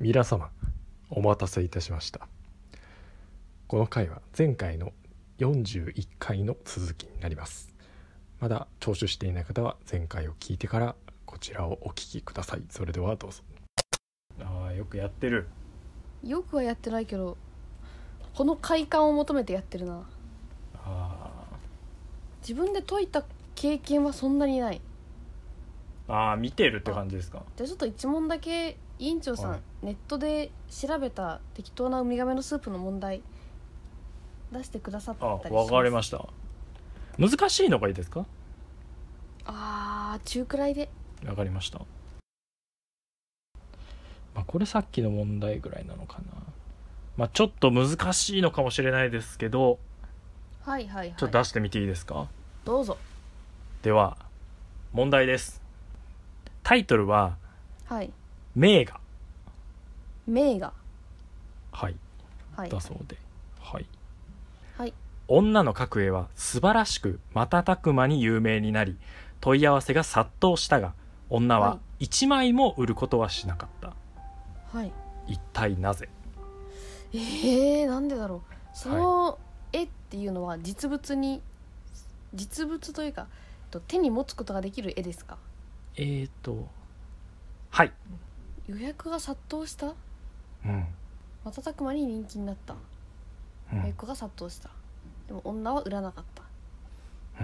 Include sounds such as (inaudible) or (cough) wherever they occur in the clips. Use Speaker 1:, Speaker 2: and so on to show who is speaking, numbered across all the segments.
Speaker 1: 皆様お待たせいたしましたこの回は前回の41回の続きになりますまだ聴取していない方は前回を聞いてからこちらをお聞きくださいそれではどうぞああよくやってる
Speaker 2: よくはやってないけどこの快感を求めてやってるな
Speaker 1: あ
Speaker 2: 自分で解いた経験はそんなにない
Speaker 1: ーあー見てるって感じですか
Speaker 2: じゃあちょっと一問だけ委員長さん、
Speaker 1: はい
Speaker 2: ネットで調べた適当なウミガメのスープの問題出してくださった
Speaker 1: あ
Speaker 2: り
Speaker 1: ーわかりま
Speaker 2: し
Speaker 1: した難しいのがいいですか
Speaker 2: たあー中くらいで
Speaker 1: わかりました、まあ、これさっきの問題ぐらいなのかなまあちょっと難しいのかもしれないですけど
Speaker 2: はいはいはい
Speaker 1: ちょっと出してみていいですか、
Speaker 2: どうぞ
Speaker 1: では問題ですタイトルは
Speaker 2: はい
Speaker 1: 「名画
Speaker 2: 名画」
Speaker 1: はい
Speaker 2: はい
Speaker 1: だそうではい、
Speaker 2: はい
Speaker 1: 女の描く絵は素晴らしく瞬く間に有名になり問い合わせが殺到したが女は
Speaker 2: は
Speaker 1: 1枚も売ることはしなかった、
Speaker 2: はい
Speaker 1: 一体なぜ
Speaker 2: えー、なんでだろうその絵っていうのは実物に実物というかえっと手に持つことができる絵ですか
Speaker 1: えーとはい
Speaker 2: 予約が殺到した
Speaker 1: うん、
Speaker 2: 瞬く間に人気になった
Speaker 1: うん
Speaker 2: 予約が殺到したでも女は売らなかった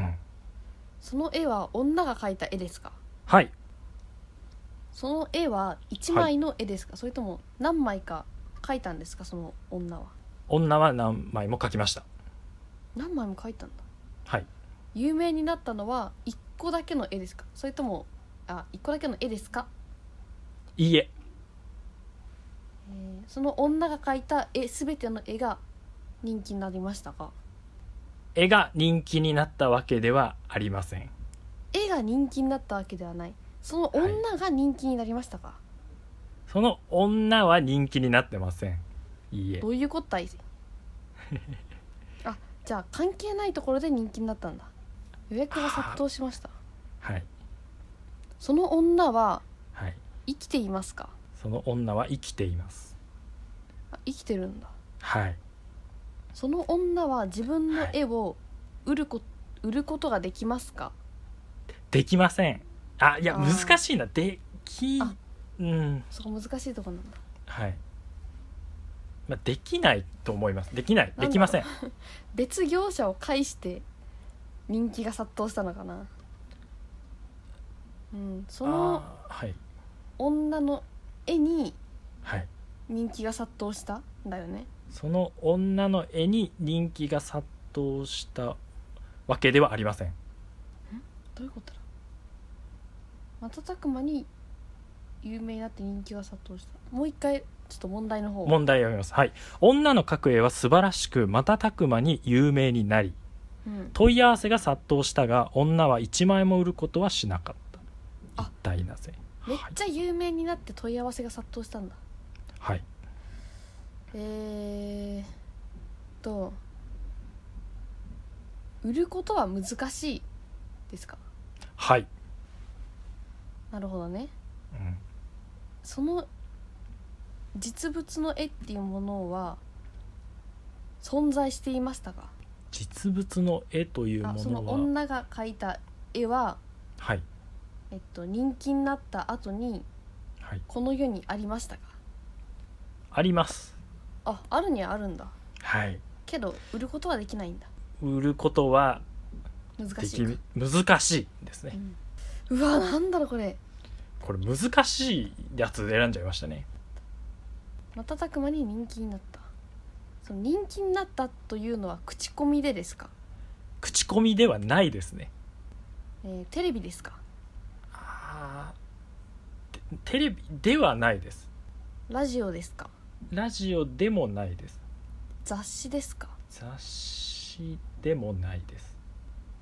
Speaker 1: うん
Speaker 2: その絵は女が描いた絵ですか
Speaker 1: はい
Speaker 2: その絵は1枚の絵ですか、それとも何枚か描いたんですかその女は
Speaker 1: 女は何枚も描きました
Speaker 2: 何枚も描いたんだ
Speaker 1: はい
Speaker 2: 有名になったのは1個だけの絵ですかそれともあ1個だけの絵ですか
Speaker 1: いいえ
Speaker 2: えーその女が描いた絵全ての絵が人気になりましたか
Speaker 1: 絵が人気になったわけではありません
Speaker 2: 絵が人気になったわけではないその女が人気になりましたか、
Speaker 1: その女は人気になってませんいいえ
Speaker 2: どういうこったいあじゃあ関係ないところで人気になったんだ予約が殺到しました
Speaker 1: はい
Speaker 2: その女は
Speaker 1: はい
Speaker 2: 生きていますか
Speaker 1: その女は生きています
Speaker 2: あ生きてるんだ
Speaker 1: はい
Speaker 2: その女は自分の絵を売るこ売ることができますか
Speaker 1: できませんあいや
Speaker 2: あー
Speaker 1: 難しいなでき
Speaker 2: あ
Speaker 1: うん
Speaker 2: そこ難しいところなんだ
Speaker 1: はい、まあ、できないと思いますできない
Speaker 2: んだろ
Speaker 1: で
Speaker 2: う
Speaker 1: きません
Speaker 2: 別業者を介して人気が殺到したのかなうんその
Speaker 1: あーはい
Speaker 2: 女の絵に
Speaker 1: はい
Speaker 2: 人気が殺到したんだよね
Speaker 1: その女の絵に人気が殺到したわけではありません
Speaker 2: どういうことだ瞬く間に有名になって人気が殺到したもう一回ちょっと問題の方
Speaker 1: 問題を読みますはい女の角絵は素晴らしく瞬く間に有名になり
Speaker 2: うん、
Speaker 1: 問い合わせが殺到したが女は1枚も売ることはしなかった
Speaker 2: あ
Speaker 1: 一体なぜ
Speaker 2: めっ
Speaker 1: はい、
Speaker 2: ちゃ有名になって問い合わせが殺到したんだ
Speaker 1: はい、
Speaker 2: えーっと売ることは難しいですか
Speaker 1: はい
Speaker 2: なるほどね
Speaker 1: うん
Speaker 2: その実物の絵っていうものは存在していましたか
Speaker 1: 実物の絵という
Speaker 2: あ
Speaker 1: も
Speaker 2: その
Speaker 1: のは
Speaker 2: 女が描いた絵は
Speaker 1: はい
Speaker 2: えっと、人気になった後に
Speaker 1: はい
Speaker 2: この世にありましたか
Speaker 1: あります
Speaker 2: ああるにはあるんだ
Speaker 1: はい
Speaker 2: けど売ることはできないんだ
Speaker 1: 売ることは
Speaker 2: 難
Speaker 1: で
Speaker 2: しい
Speaker 1: き
Speaker 2: か、
Speaker 1: 難しいです
Speaker 2: う
Speaker 1: ね
Speaker 2: ん、うわなんだろうこれ
Speaker 1: これ難しいやつ選んじゃいましたね
Speaker 2: 瞬く間に人気になったその人気になったというのは口コミでですか、
Speaker 1: 口コミではないですね
Speaker 2: えーテレビですか
Speaker 1: あーテテレビではないです
Speaker 2: ラジオですか
Speaker 1: ラジオでもないです
Speaker 2: 雑誌ですか
Speaker 1: 雑誌でもないです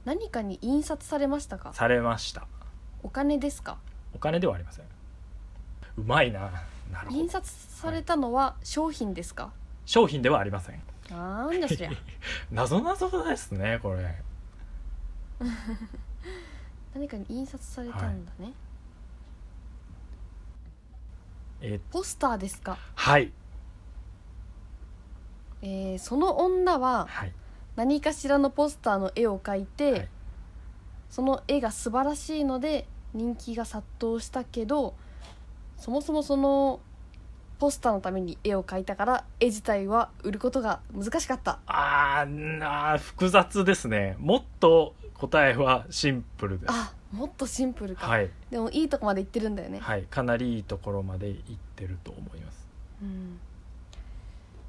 Speaker 2: 何かに印刷されましたか
Speaker 1: されました
Speaker 2: お金ですか
Speaker 1: お金ではありませんうまいななるほ
Speaker 2: 印
Speaker 1: ど
Speaker 2: 刷されたのは商品ですか、
Speaker 1: 商品ではありません
Speaker 2: なんだそ
Speaker 1: (laughs)
Speaker 2: りゃ
Speaker 1: 謎謎ですねこれ
Speaker 2: 何かに印刷されたんだね、
Speaker 1: えー
Speaker 2: ポスターですか、
Speaker 1: はい
Speaker 2: えーその女は
Speaker 1: はい
Speaker 2: 何かしらのポスターの絵を描いて、
Speaker 1: はい
Speaker 2: その絵が素晴らしいので人気が殺到したけどそもそもそのポスターのために絵を描いたから絵自体は売ることが難しかった
Speaker 1: あーなー複雑ですねもっと答えはシンプルです
Speaker 2: あもっとシンプルか、
Speaker 1: はい、
Speaker 2: でもいいとこまで行ってるんだよね、
Speaker 1: はい、かなりいいところまでいってると思います
Speaker 2: うん、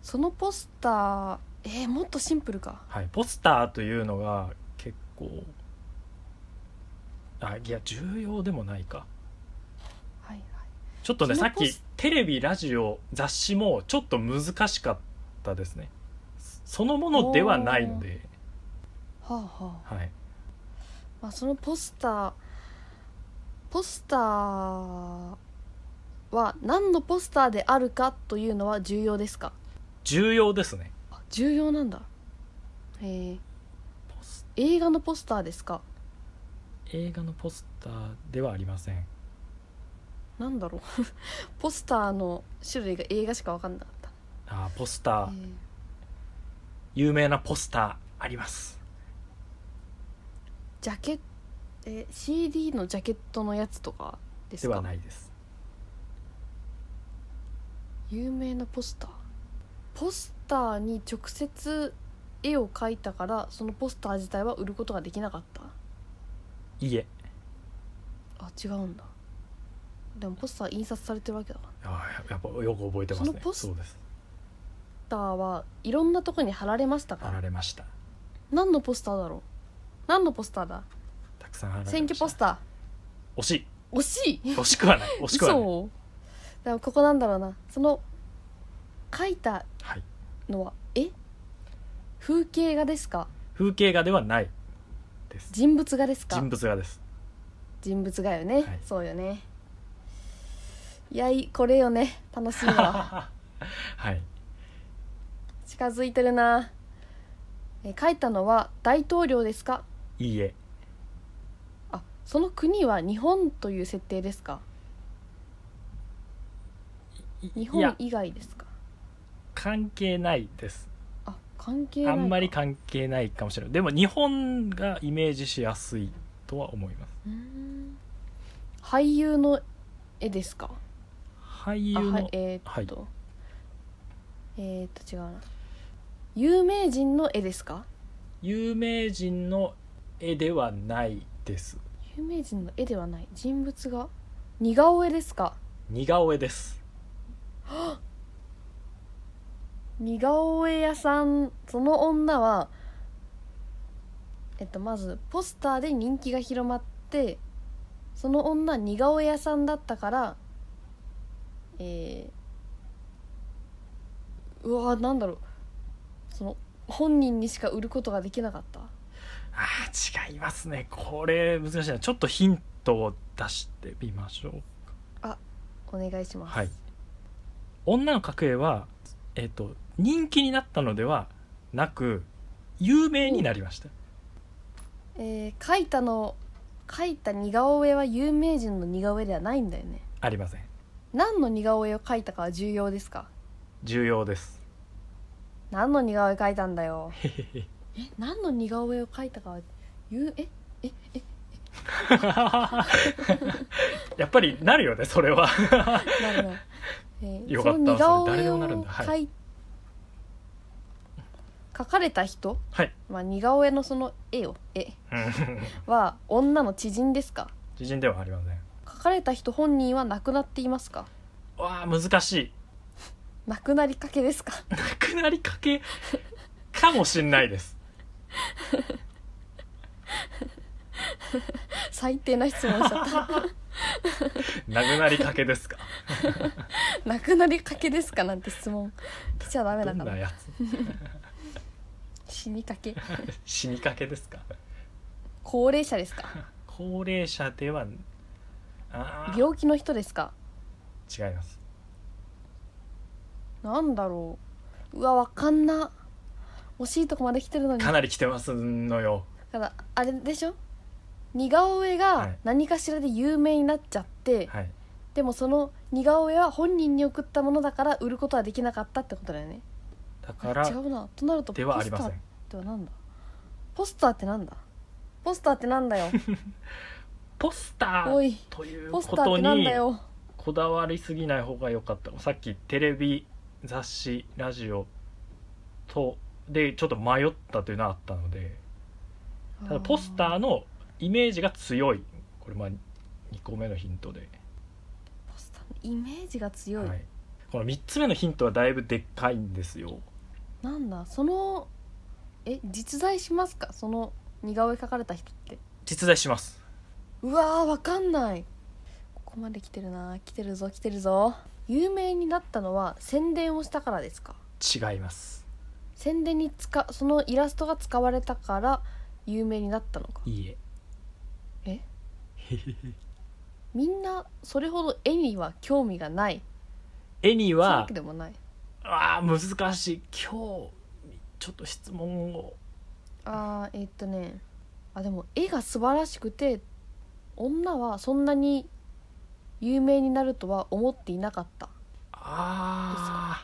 Speaker 2: そのポスターえー、もっとシンプルか
Speaker 1: はい、ポスターというのが結構あいや重要でもないか
Speaker 2: はいはい
Speaker 1: ちょっとね
Speaker 2: そ
Speaker 1: さ
Speaker 2: の
Speaker 1: っ
Speaker 2: ポス
Speaker 1: きテレビラジオ雑誌もちょっと難しかったですねそそのものではないので、
Speaker 2: はあはあ、
Speaker 1: はい、
Speaker 2: まあ、そのポスターポスターは何のポスターであるかというのは重要ですか
Speaker 1: 重要ですね
Speaker 2: あ重要なんだえー、
Speaker 1: ポス
Speaker 2: 映画のポスターですか
Speaker 1: 映画のポスターではありません
Speaker 2: なんだろう (laughs) ポスターの種類が映画しか分かんなかった
Speaker 1: あポスター、
Speaker 2: えー
Speaker 1: 有名なポスターあります
Speaker 2: ジャケット、えー CD のジャケットのやつとかです
Speaker 1: で
Speaker 2: か
Speaker 1: はないです
Speaker 2: 有名なポスターポスターに直接絵を描いたからそのポスター自体は売ることができなかった
Speaker 1: いいえ
Speaker 2: あ違うんだでもポスター印刷されてるわけだから
Speaker 1: あーややっぱよく覚えてます
Speaker 2: そ
Speaker 1: ね
Speaker 2: のポス
Speaker 1: そうです
Speaker 2: ポスターはいろんなとこに貼られましたか
Speaker 1: 貼ら
Speaker 2: ら
Speaker 1: れました
Speaker 2: 何のポスターだろう何のポスターだ
Speaker 1: たくさん貼られました
Speaker 2: 選挙ポスタ
Speaker 1: 惜しい
Speaker 2: ー惜しい
Speaker 1: 惜しくはない惜しくはない
Speaker 2: 嘘でもここなんだろうなその描いた
Speaker 1: はい、
Speaker 2: のはえ風景画ですか
Speaker 1: 風景画ではないです
Speaker 2: 人物画ですか
Speaker 1: 人物画です
Speaker 2: 人物画よね、
Speaker 1: はい
Speaker 2: そうよねいやいこれよね楽しい
Speaker 1: (laughs)
Speaker 2: わ
Speaker 1: はい
Speaker 2: 近づいてるなえ書いたのは大統領ですか
Speaker 1: いいえ
Speaker 2: あその国は日本という設定ですか日
Speaker 1: い
Speaker 2: 本
Speaker 1: や
Speaker 2: 以外ですか
Speaker 1: 関係ないです
Speaker 2: あ関係ない
Speaker 1: あ
Speaker 2: か
Speaker 1: んまり関係ないかもしれないでも日本がイメージしやすいとは思います
Speaker 2: うーん俳優の絵ですか
Speaker 1: 俳優の、
Speaker 2: あはいえーっと、
Speaker 1: は
Speaker 2: えーっと違うな有名人の絵ですか
Speaker 1: 有名人の絵ではないです
Speaker 2: 有名人の絵ではない人物が似顔絵ですか
Speaker 1: 似顔絵です
Speaker 2: 似顔絵屋さんその女はえっとまずポスターで人気が広まってその女は似顔絵屋さんだったからえー、うわーなんだろうその本人にしか売ることができなかった
Speaker 1: あー違いますねこれ難しいなちょっとヒントを出してみましょう
Speaker 2: お願いします、
Speaker 1: はい女の角絵はえっ、と人気になったのではなく有名になりました
Speaker 2: えー、描いたの描いた似顔絵は有名人の似顔絵ではないんだよね
Speaker 1: ありません
Speaker 2: 何の似顔絵を描いたかは重要ですか
Speaker 1: 重要 (laughs) です
Speaker 2: 何の似顔絵描いたんだよえ何の似顔絵を描いたかは言うえ
Speaker 1: やっぱりなるよねそれは (laughs)
Speaker 2: なるなる、えー
Speaker 1: よかった
Speaker 2: その似顔
Speaker 1: それ誰
Speaker 2: 絵
Speaker 1: でも
Speaker 2: を
Speaker 1: なるんだはい
Speaker 2: 描い描かれた人、
Speaker 1: はい
Speaker 2: まあ、似顔絵のその絵を絵
Speaker 1: うん
Speaker 2: は女の知人ですか
Speaker 1: 知人ではありません
Speaker 2: 描かれた人本人は亡くなっていますか
Speaker 1: わあ難しい
Speaker 2: 亡くなりかけですか (laughs)
Speaker 1: なくなりかけかもしんないです
Speaker 2: 最低な質問しちゃった (laughs)
Speaker 1: なくなりかけですか
Speaker 2: 亡くなりかけですかなんて質問来ちゃダメ
Speaker 1: ど
Speaker 2: だ
Speaker 1: ん
Speaker 2: か
Speaker 1: な
Speaker 2: ら
Speaker 1: や
Speaker 2: 死にかけ
Speaker 1: つ死にかけですか
Speaker 2: 高齢者ですか
Speaker 1: 高齢者ではあー
Speaker 2: 病気の人ですか
Speaker 1: 違います
Speaker 2: なんだろううわわかんな惜しいとこまで来てるのに
Speaker 1: かなり来てますのよ
Speaker 2: ただあれでしょ似顔絵
Speaker 1: は
Speaker 2: が
Speaker 1: い
Speaker 2: 何かしらで有名になっちゃって、
Speaker 1: はい
Speaker 2: でもその似顔絵は本人に送ったものだから売ることはできなかったってことだよね
Speaker 1: だから
Speaker 2: 違うなとなると
Speaker 1: ではありませ
Speaker 2: ポス
Speaker 1: ん
Speaker 2: ターってなんだポスターってなんだポスターっ
Speaker 1: (laughs)
Speaker 2: てなんだよ
Speaker 1: ポスタ
Speaker 2: お
Speaker 1: ー
Speaker 2: い
Speaker 1: という
Speaker 2: ポ
Speaker 1: こ
Speaker 2: スターっ
Speaker 1: と
Speaker 2: てなん
Speaker 1: に
Speaker 2: だよ
Speaker 1: こだわりすぎない方が良かったさっきテレビ雑誌ラジオとでちょっと迷ったというのはあったのでただポスター
Speaker 2: あ
Speaker 1: のイメージが強いこれまあ2個目のヒントで、
Speaker 2: ポスターのイメージが強い、
Speaker 1: はい、この3つ目のヒントはだいぶでっかいんですよ
Speaker 2: なんだそのえ実在しますかその似顔絵描かれた人って
Speaker 1: 実在します
Speaker 2: うわーわかんないここまで来てるな来てるぞ来てるぞ有名になったのは宣伝をしたからですか
Speaker 1: 違います
Speaker 2: 宣伝に使そのイラストが使われたから有名になったのか
Speaker 1: いい
Speaker 2: え
Speaker 1: え
Speaker 2: みんなそれほど絵には興味がない
Speaker 1: 絵に
Speaker 2: そういうわ
Speaker 1: は
Speaker 2: けでもない
Speaker 1: あー難しい今日ちょっと質問を
Speaker 2: あーえっとねあでも絵が素晴らしくて女はそんなに有名になるとは思っていなかった
Speaker 1: あ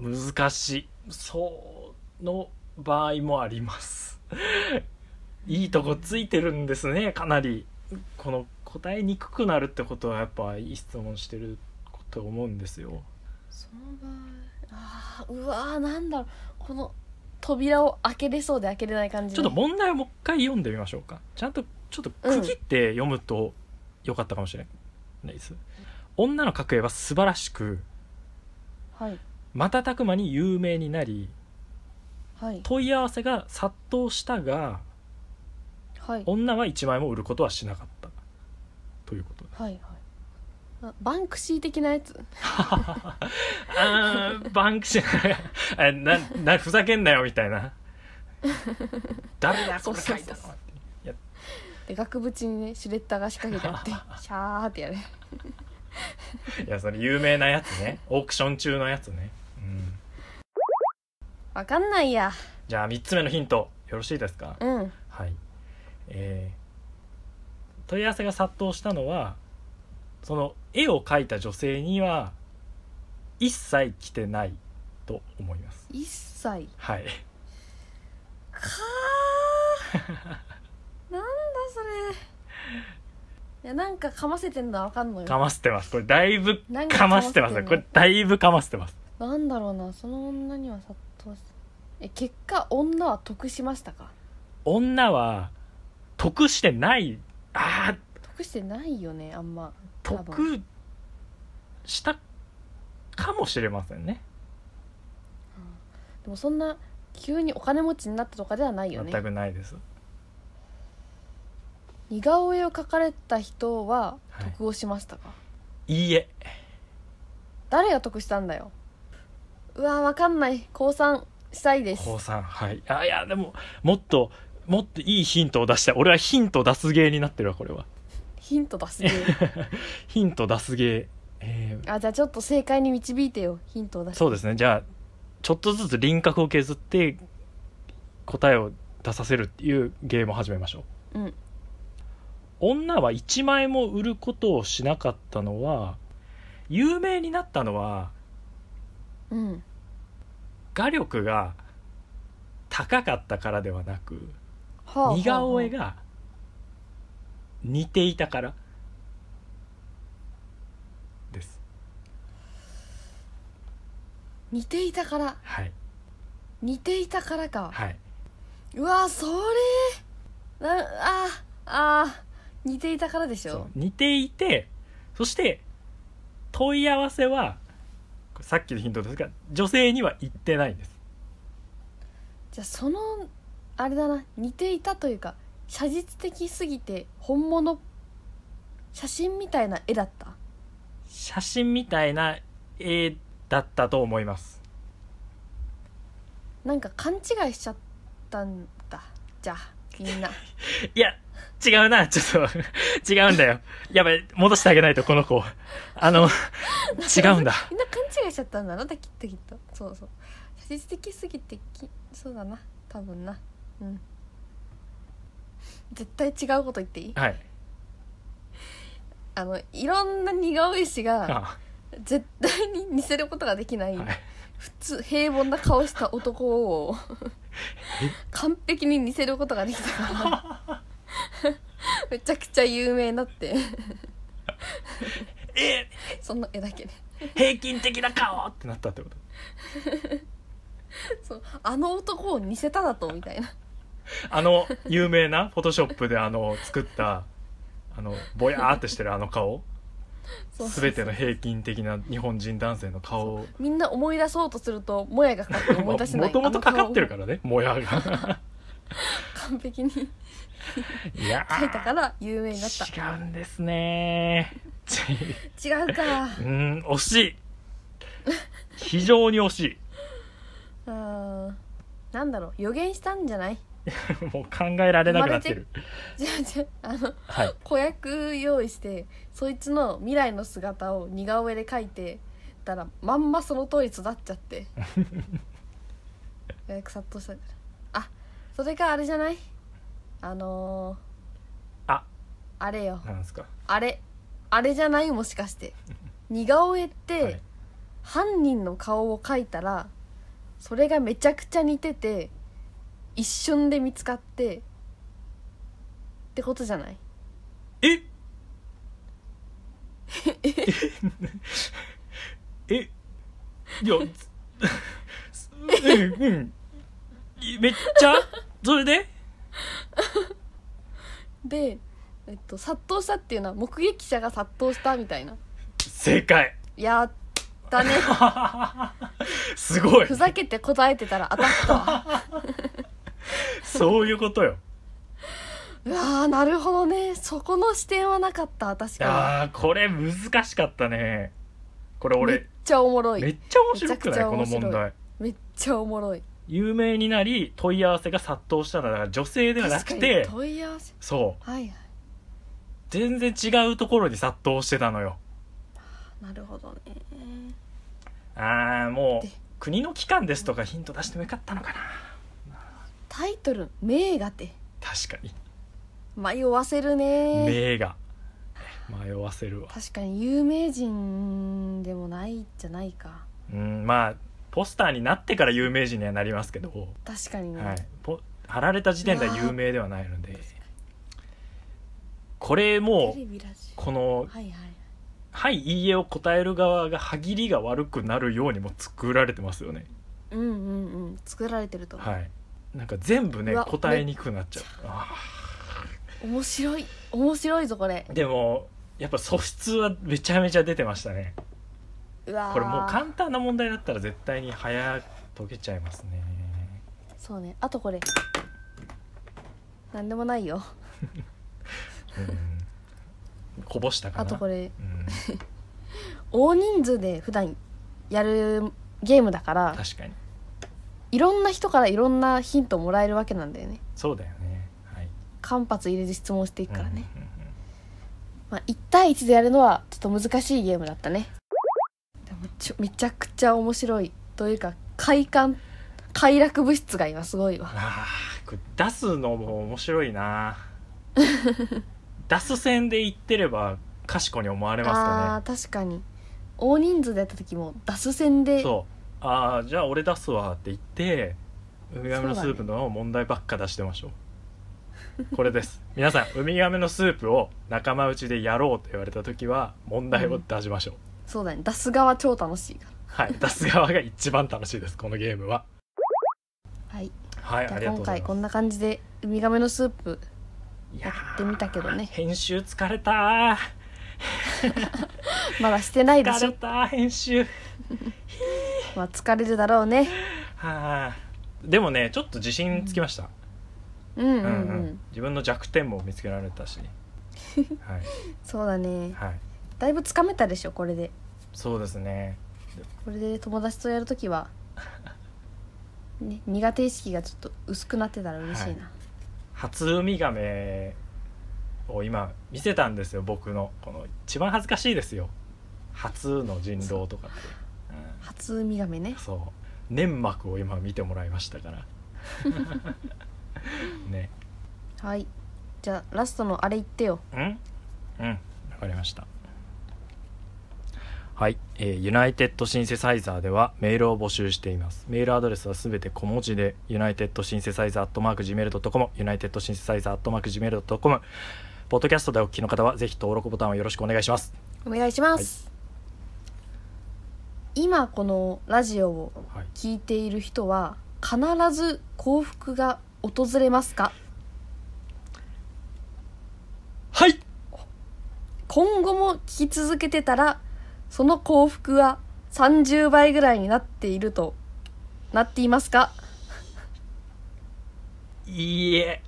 Speaker 1: ー難しいそうの場合もありますいいとこついてるんですねかなりこの答えにくくなるってことはやっぱいい質問してると思うんですよ
Speaker 2: その場合あーうわーなんだろうこの扉を開けれそうで開けれない感じ
Speaker 1: ちょっと問題をもう一回読んでみましょうかちゃんとちょっと区切って読むとよかったかもしれないです、女の格絵は素晴らしく
Speaker 2: はい
Speaker 1: 瞬く間に有名になり
Speaker 2: はい
Speaker 1: 問い合わせが殺到したが
Speaker 2: はい
Speaker 1: 女は1枚も売ることはしなかったということ
Speaker 2: はいはいあバンクシー的なやつ
Speaker 1: あーバンクシ (laughs) ーあななふざけんなよみたい (laughs) な誰だこれ書い
Speaker 2: そ
Speaker 1: た
Speaker 2: うそ
Speaker 1: の
Speaker 2: うそう
Speaker 1: いや
Speaker 2: で額縁にねシュレッダーが仕掛けてあ
Speaker 1: (laughs)
Speaker 2: ってシャーってやる
Speaker 1: いやそれ有名なやつねオークション中のやつね、うん、
Speaker 2: わかんないや
Speaker 1: じゃあ3つ目のヒントよろしいですか、
Speaker 2: うん
Speaker 1: はいえー問い合わせが殺到したのはその絵を描いた女性には一切来てないと思います
Speaker 2: 一切
Speaker 1: はい
Speaker 2: かーなんだそれいやなんかかませてんのはわかんの
Speaker 1: か
Speaker 2: よ
Speaker 1: ましてますこれだいぶ
Speaker 2: 何が
Speaker 1: かましてます
Speaker 2: かませてんの
Speaker 1: これだいぶかましてます
Speaker 2: なんだろうなその女には殺到してえ結果女は得しましたか
Speaker 1: 女は得してないあー
Speaker 2: 得してないよねあんま多分
Speaker 1: 得したかもしれませんね
Speaker 2: でもそんな急にお金持ちになったとかではないよね
Speaker 1: 全くないです
Speaker 2: 似顔絵を描かれた人は
Speaker 1: はい
Speaker 2: 得をしましたか、
Speaker 1: いいえ
Speaker 2: 誰が得したんだようわわかんない降参したいです
Speaker 1: 高さんはいあいやでももっともっといいヒントを出したい俺はヒント出す芸になってるわこれは
Speaker 2: ヒント出
Speaker 1: (laughs)
Speaker 2: すね
Speaker 1: ヒント出す芸えー
Speaker 2: あじゃあちょっと正解に導いてよヒントを出して
Speaker 1: そうですねじゃあちょっとずつ輪郭を削って答えを出させるっていう芸も始めましょう
Speaker 2: うん
Speaker 1: 女は1枚も売ることをしなかったのは有名になったのは
Speaker 2: うん
Speaker 1: 画力が高かったからではなく
Speaker 2: はあ
Speaker 1: 似顔絵
Speaker 2: は
Speaker 1: が似ていたからです
Speaker 2: あ似ていたから
Speaker 1: はい
Speaker 2: 似ていたからか
Speaker 1: はいう
Speaker 2: わそれなああ似ていたからでし
Speaker 1: そ
Speaker 2: ょ
Speaker 1: う似ていてそして問い合わせはこれさっきのヒントですが女性には行ってないんです
Speaker 2: じゃあそのあれだな似ていたというか写実的すぎて本物写真みたいな絵だった
Speaker 1: 写真みたいな絵だったと思います
Speaker 2: なんか勘違いしちゃったんだじゃあみんな
Speaker 1: いや、違うな、ちょっと、 (laughs) 違うんだよ。やばい、戻してあげないと、この子。あの、違うんだ。
Speaker 2: (laughs) みんな勘違いしちゃったんだなだきっときっとそうそう写実的すぎてきそうだな多分なうん絶対違うこと言っていい
Speaker 1: はい。
Speaker 2: あのいろんな似顔絵師が
Speaker 1: あ
Speaker 2: 絶対に似せることができない
Speaker 1: はい
Speaker 2: 普通平凡な顔した男を完璧に似せることができた
Speaker 1: (laughs)
Speaker 2: からめちゃくちゃ有名になって
Speaker 1: (laughs) え
Speaker 2: その絵だけで
Speaker 1: 平均的な顔ってなったってこと
Speaker 2: そうあの男を似せただとみたいな
Speaker 1: あの有名なフォトショップであの作ったあのぼやーってしてるあの顔
Speaker 2: そう
Speaker 1: 全ての平均的な日本人男性の顔を
Speaker 2: みんな思い出そうとするともやがかかって思い出せない
Speaker 1: もともとかかってる
Speaker 2: あ
Speaker 1: からねもや
Speaker 2: (laughs)
Speaker 1: が
Speaker 2: の顔を完璧に描
Speaker 1: いや
Speaker 2: いたから有名になった
Speaker 1: 違うんですね (laughs) ち
Speaker 2: 違うかあ
Speaker 1: うーん惜しい非常に惜しい (laughs)
Speaker 2: ーなんだろう予言したんじゃない (laughs)
Speaker 1: もう考えられなくなってる
Speaker 2: じゃあじゃああの
Speaker 1: はい
Speaker 2: 子役用意してそいつの未来の姿を似顔絵で描いてたらまんまその通り育っちゃって予約殺到したからあそれかあれじゃないあのー、
Speaker 1: あ
Speaker 2: あれよ
Speaker 1: なんですか
Speaker 2: あれあれじゃないもしかして似顔絵っ
Speaker 1: は
Speaker 2: て
Speaker 1: い
Speaker 2: 犯人の顔を描いたらそれがめちゃくちゃ似てて一瞬で見つかってってことじゃない
Speaker 1: え (laughs) えいや (laughs) つうんうんいめっちゃそれで
Speaker 2: で、えっと、殺到したっていうのは目撃者が殺到したみたいな
Speaker 1: 正解
Speaker 2: やっ
Speaker 1: (laughs)
Speaker 2: たね
Speaker 1: すごい
Speaker 2: ふざけて答えてたら当たっ
Speaker 1: (laughs)
Speaker 2: たわ
Speaker 1: そういうことよ
Speaker 2: うわーなるほどねそこの視点はなかった確か
Speaker 1: あーこれ難しかったねこれ
Speaker 2: にめっ
Speaker 1: 俺
Speaker 2: ちゃおもろ
Speaker 1: めっ
Speaker 2: い
Speaker 1: ちゃ面白く
Speaker 2: め
Speaker 1: ない
Speaker 2: ちゃくちゃ
Speaker 1: この
Speaker 2: 面白い
Speaker 1: 問題
Speaker 2: めっちゃおもろい
Speaker 1: 有名になり問い合わせが殺到したのはだから女性ではなく
Speaker 2: 確かに
Speaker 1: て
Speaker 2: 問い合わせ
Speaker 1: そう
Speaker 2: はいは
Speaker 1: 全然違うところに殺到してたのよ
Speaker 2: いなるほどね
Speaker 1: ああもう
Speaker 2: で
Speaker 1: 国の機関ですとかヒント出してもよかったのかな
Speaker 2: タイトル「名画」って
Speaker 1: 確かに
Speaker 2: 迷わせるね
Speaker 1: 名が迷わせるわ
Speaker 2: 確かに有名人でもないじゃないか
Speaker 1: うんまあポスターになってから有名人にはなりますけど、
Speaker 2: 確かにね、
Speaker 1: はい、ポ貼られた時点では有名ではないのでこれも
Speaker 2: テ
Speaker 1: う
Speaker 2: レビラジオ
Speaker 1: この
Speaker 2: はいはい
Speaker 1: 「はいいいえ」を答える側が歯切りが悪くなるようにも作られてますよね
Speaker 2: うんうんうん作られてると思う
Speaker 1: はいなんか全部ね
Speaker 2: うわ
Speaker 1: 答えにくくなっちゃうあ
Speaker 2: 面白い面白いぞこれ
Speaker 1: ーでもやっぱ素質はめちゃめちゃ出てましたね
Speaker 2: うわー
Speaker 1: これもう簡単な問題だったら絶対に早く解けちゃいますね
Speaker 2: そうねあとこれなんでもないよ
Speaker 1: うんこぼしたかな
Speaker 2: あとこれ
Speaker 1: うん、
Speaker 2: 大人数で普段やるゲームだから
Speaker 1: 確かに
Speaker 2: いろんな人からいろんなヒントもらえるわけなんだよね
Speaker 1: そうだよねはい
Speaker 2: 間髪入れず質問していくからね、
Speaker 1: うんうんうん
Speaker 2: まあ、1対1でやるのはちょっと難しいゲームだったねでもちょめちゃくちゃ面白いというか快感快楽物質が今すごいわ
Speaker 1: あーこれ出すのも面白い
Speaker 2: (laughs)
Speaker 1: な出す線で言ってれば賢に思われます
Speaker 2: あ
Speaker 1: か
Speaker 2: ー確かに大人数でやった時もダス戦で
Speaker 1: ねそうああじゃあ俺出すわって言ってウミガメのスープの問題ばっか出してましょう
Speaker 2: (laughs)
Speaker 1: これです皆さんウミガメのスープを仲間内でやろうと言われた時は問題を出しましょう、
Speaker 2: そうだね出す側超楽しいか
Speaker 1: はい出す側が一番楽しいですこのゲームは
Speaker 2: らはい
Speaker 1: はい
Speaker 2: じ
Speaker 1: あ
Speaker 2: ゃあ
Speaker 1: りがとう
Speaker 2: 今
Speaker 1: ござい
Speaker 2: 回
Speaker 1: ま
Speaker 2: こ
Speaker 1: す
Speaker 2: んな感じでウミガメのスープ
Speaker 1: い
Speaker 2: や
Speaker 1: や
Speaker 2: ってみたけどね
Speaker 1: 編集疲れた
Speaker 2: まだしてないでし
Speaker 1: 疲れ
Speaker 2: ょ
Speaker 1: た編集
Speaker 2: まあ疲れるだろうね
Speaker 1: はあ、でもねちょっと自信つきました、
Speaker 2: うんうん
Speaker 1: う
Speaker 2: うん
Speaker 1: ん、うん
Speaker 2: うん
Speaker 1: 自分の弱点も見つけられた
Speaker 2: (laughs)
Speaker 1: しはい、
Speaker 2: そうだね
Speaker 1: はい、
Speaker 2: だいぶつかめたでしょこれで
Speaker 1: そうですね
Speaker 2: これで友達とやるとき
Speaker 1: (laughs)
Speaker 2: はね苦手意識がちょっと薄くなってたら嬉しいな、
Speaker 1: 初ウミガメを今見せたんですよ僕のこの一番恥ずかしいですよ初の人狼とかって
Speaker 2: 初ウミガメね
Speaker 1: うん、そう粘膜を今見てもらいましたから
Speaker 2: (laughs)
Speaker 1: ね
Speaker 2: はいじゃあラストのあれ言ってよ
Speaker 1: うんうんわかりましたはい、えー、ユナイテッドシンセサイザーではメールを募集していますメールアドレスはすべて小文字でユナイテッドシンセサイザー @gmail.com ユナイテッドシンセサイザー @gmail.com ポッドキャストでお聞きの方はぜひ登録ボタンをよろしくお願いします
Speaker 2: お願いします、今このラジオを
Speaker 3: はい、
Speaker 2: 聞いている人は必ず幸福が訪れますか
Speaker 1: はい
Speaker 2: 今後も聞き続けてたらその幸福は30倍ぐらいになっているとなっていますか
Speaker 1: いいえ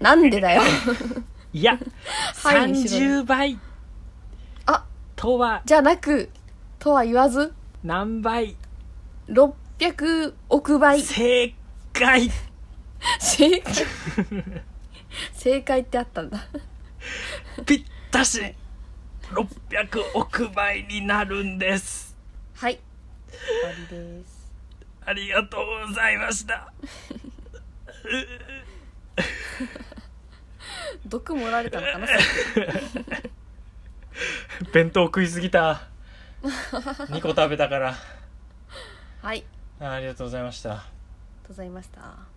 Speaker 2: なんでだ (laughs) よ
Speaker 1: いや、
Speaker 2: はい
Speaker 1: 30倍
Speaker 2: あ
Speaker 1: とは
Speaker 2: じゃなくとは言わず
Speaker 1: 何倍
Speaker 2: 600億倍
Speaker 1: 正解
Speaker 2: (laughs) 正解正解ってあったんだ
Speaker 1: ぴったし600億倍になるんです
Speaker 2: はい終わりです
Speaker 1: ありがとうございました
Speaker 2: 毒盛られたのかなさっき
Speaker 1: (laughs) 弁当食いすぎた2個食べたから
Speaker 2: はいあり
Speaker 1: ありがとうございました
Speaker 2: がとうございました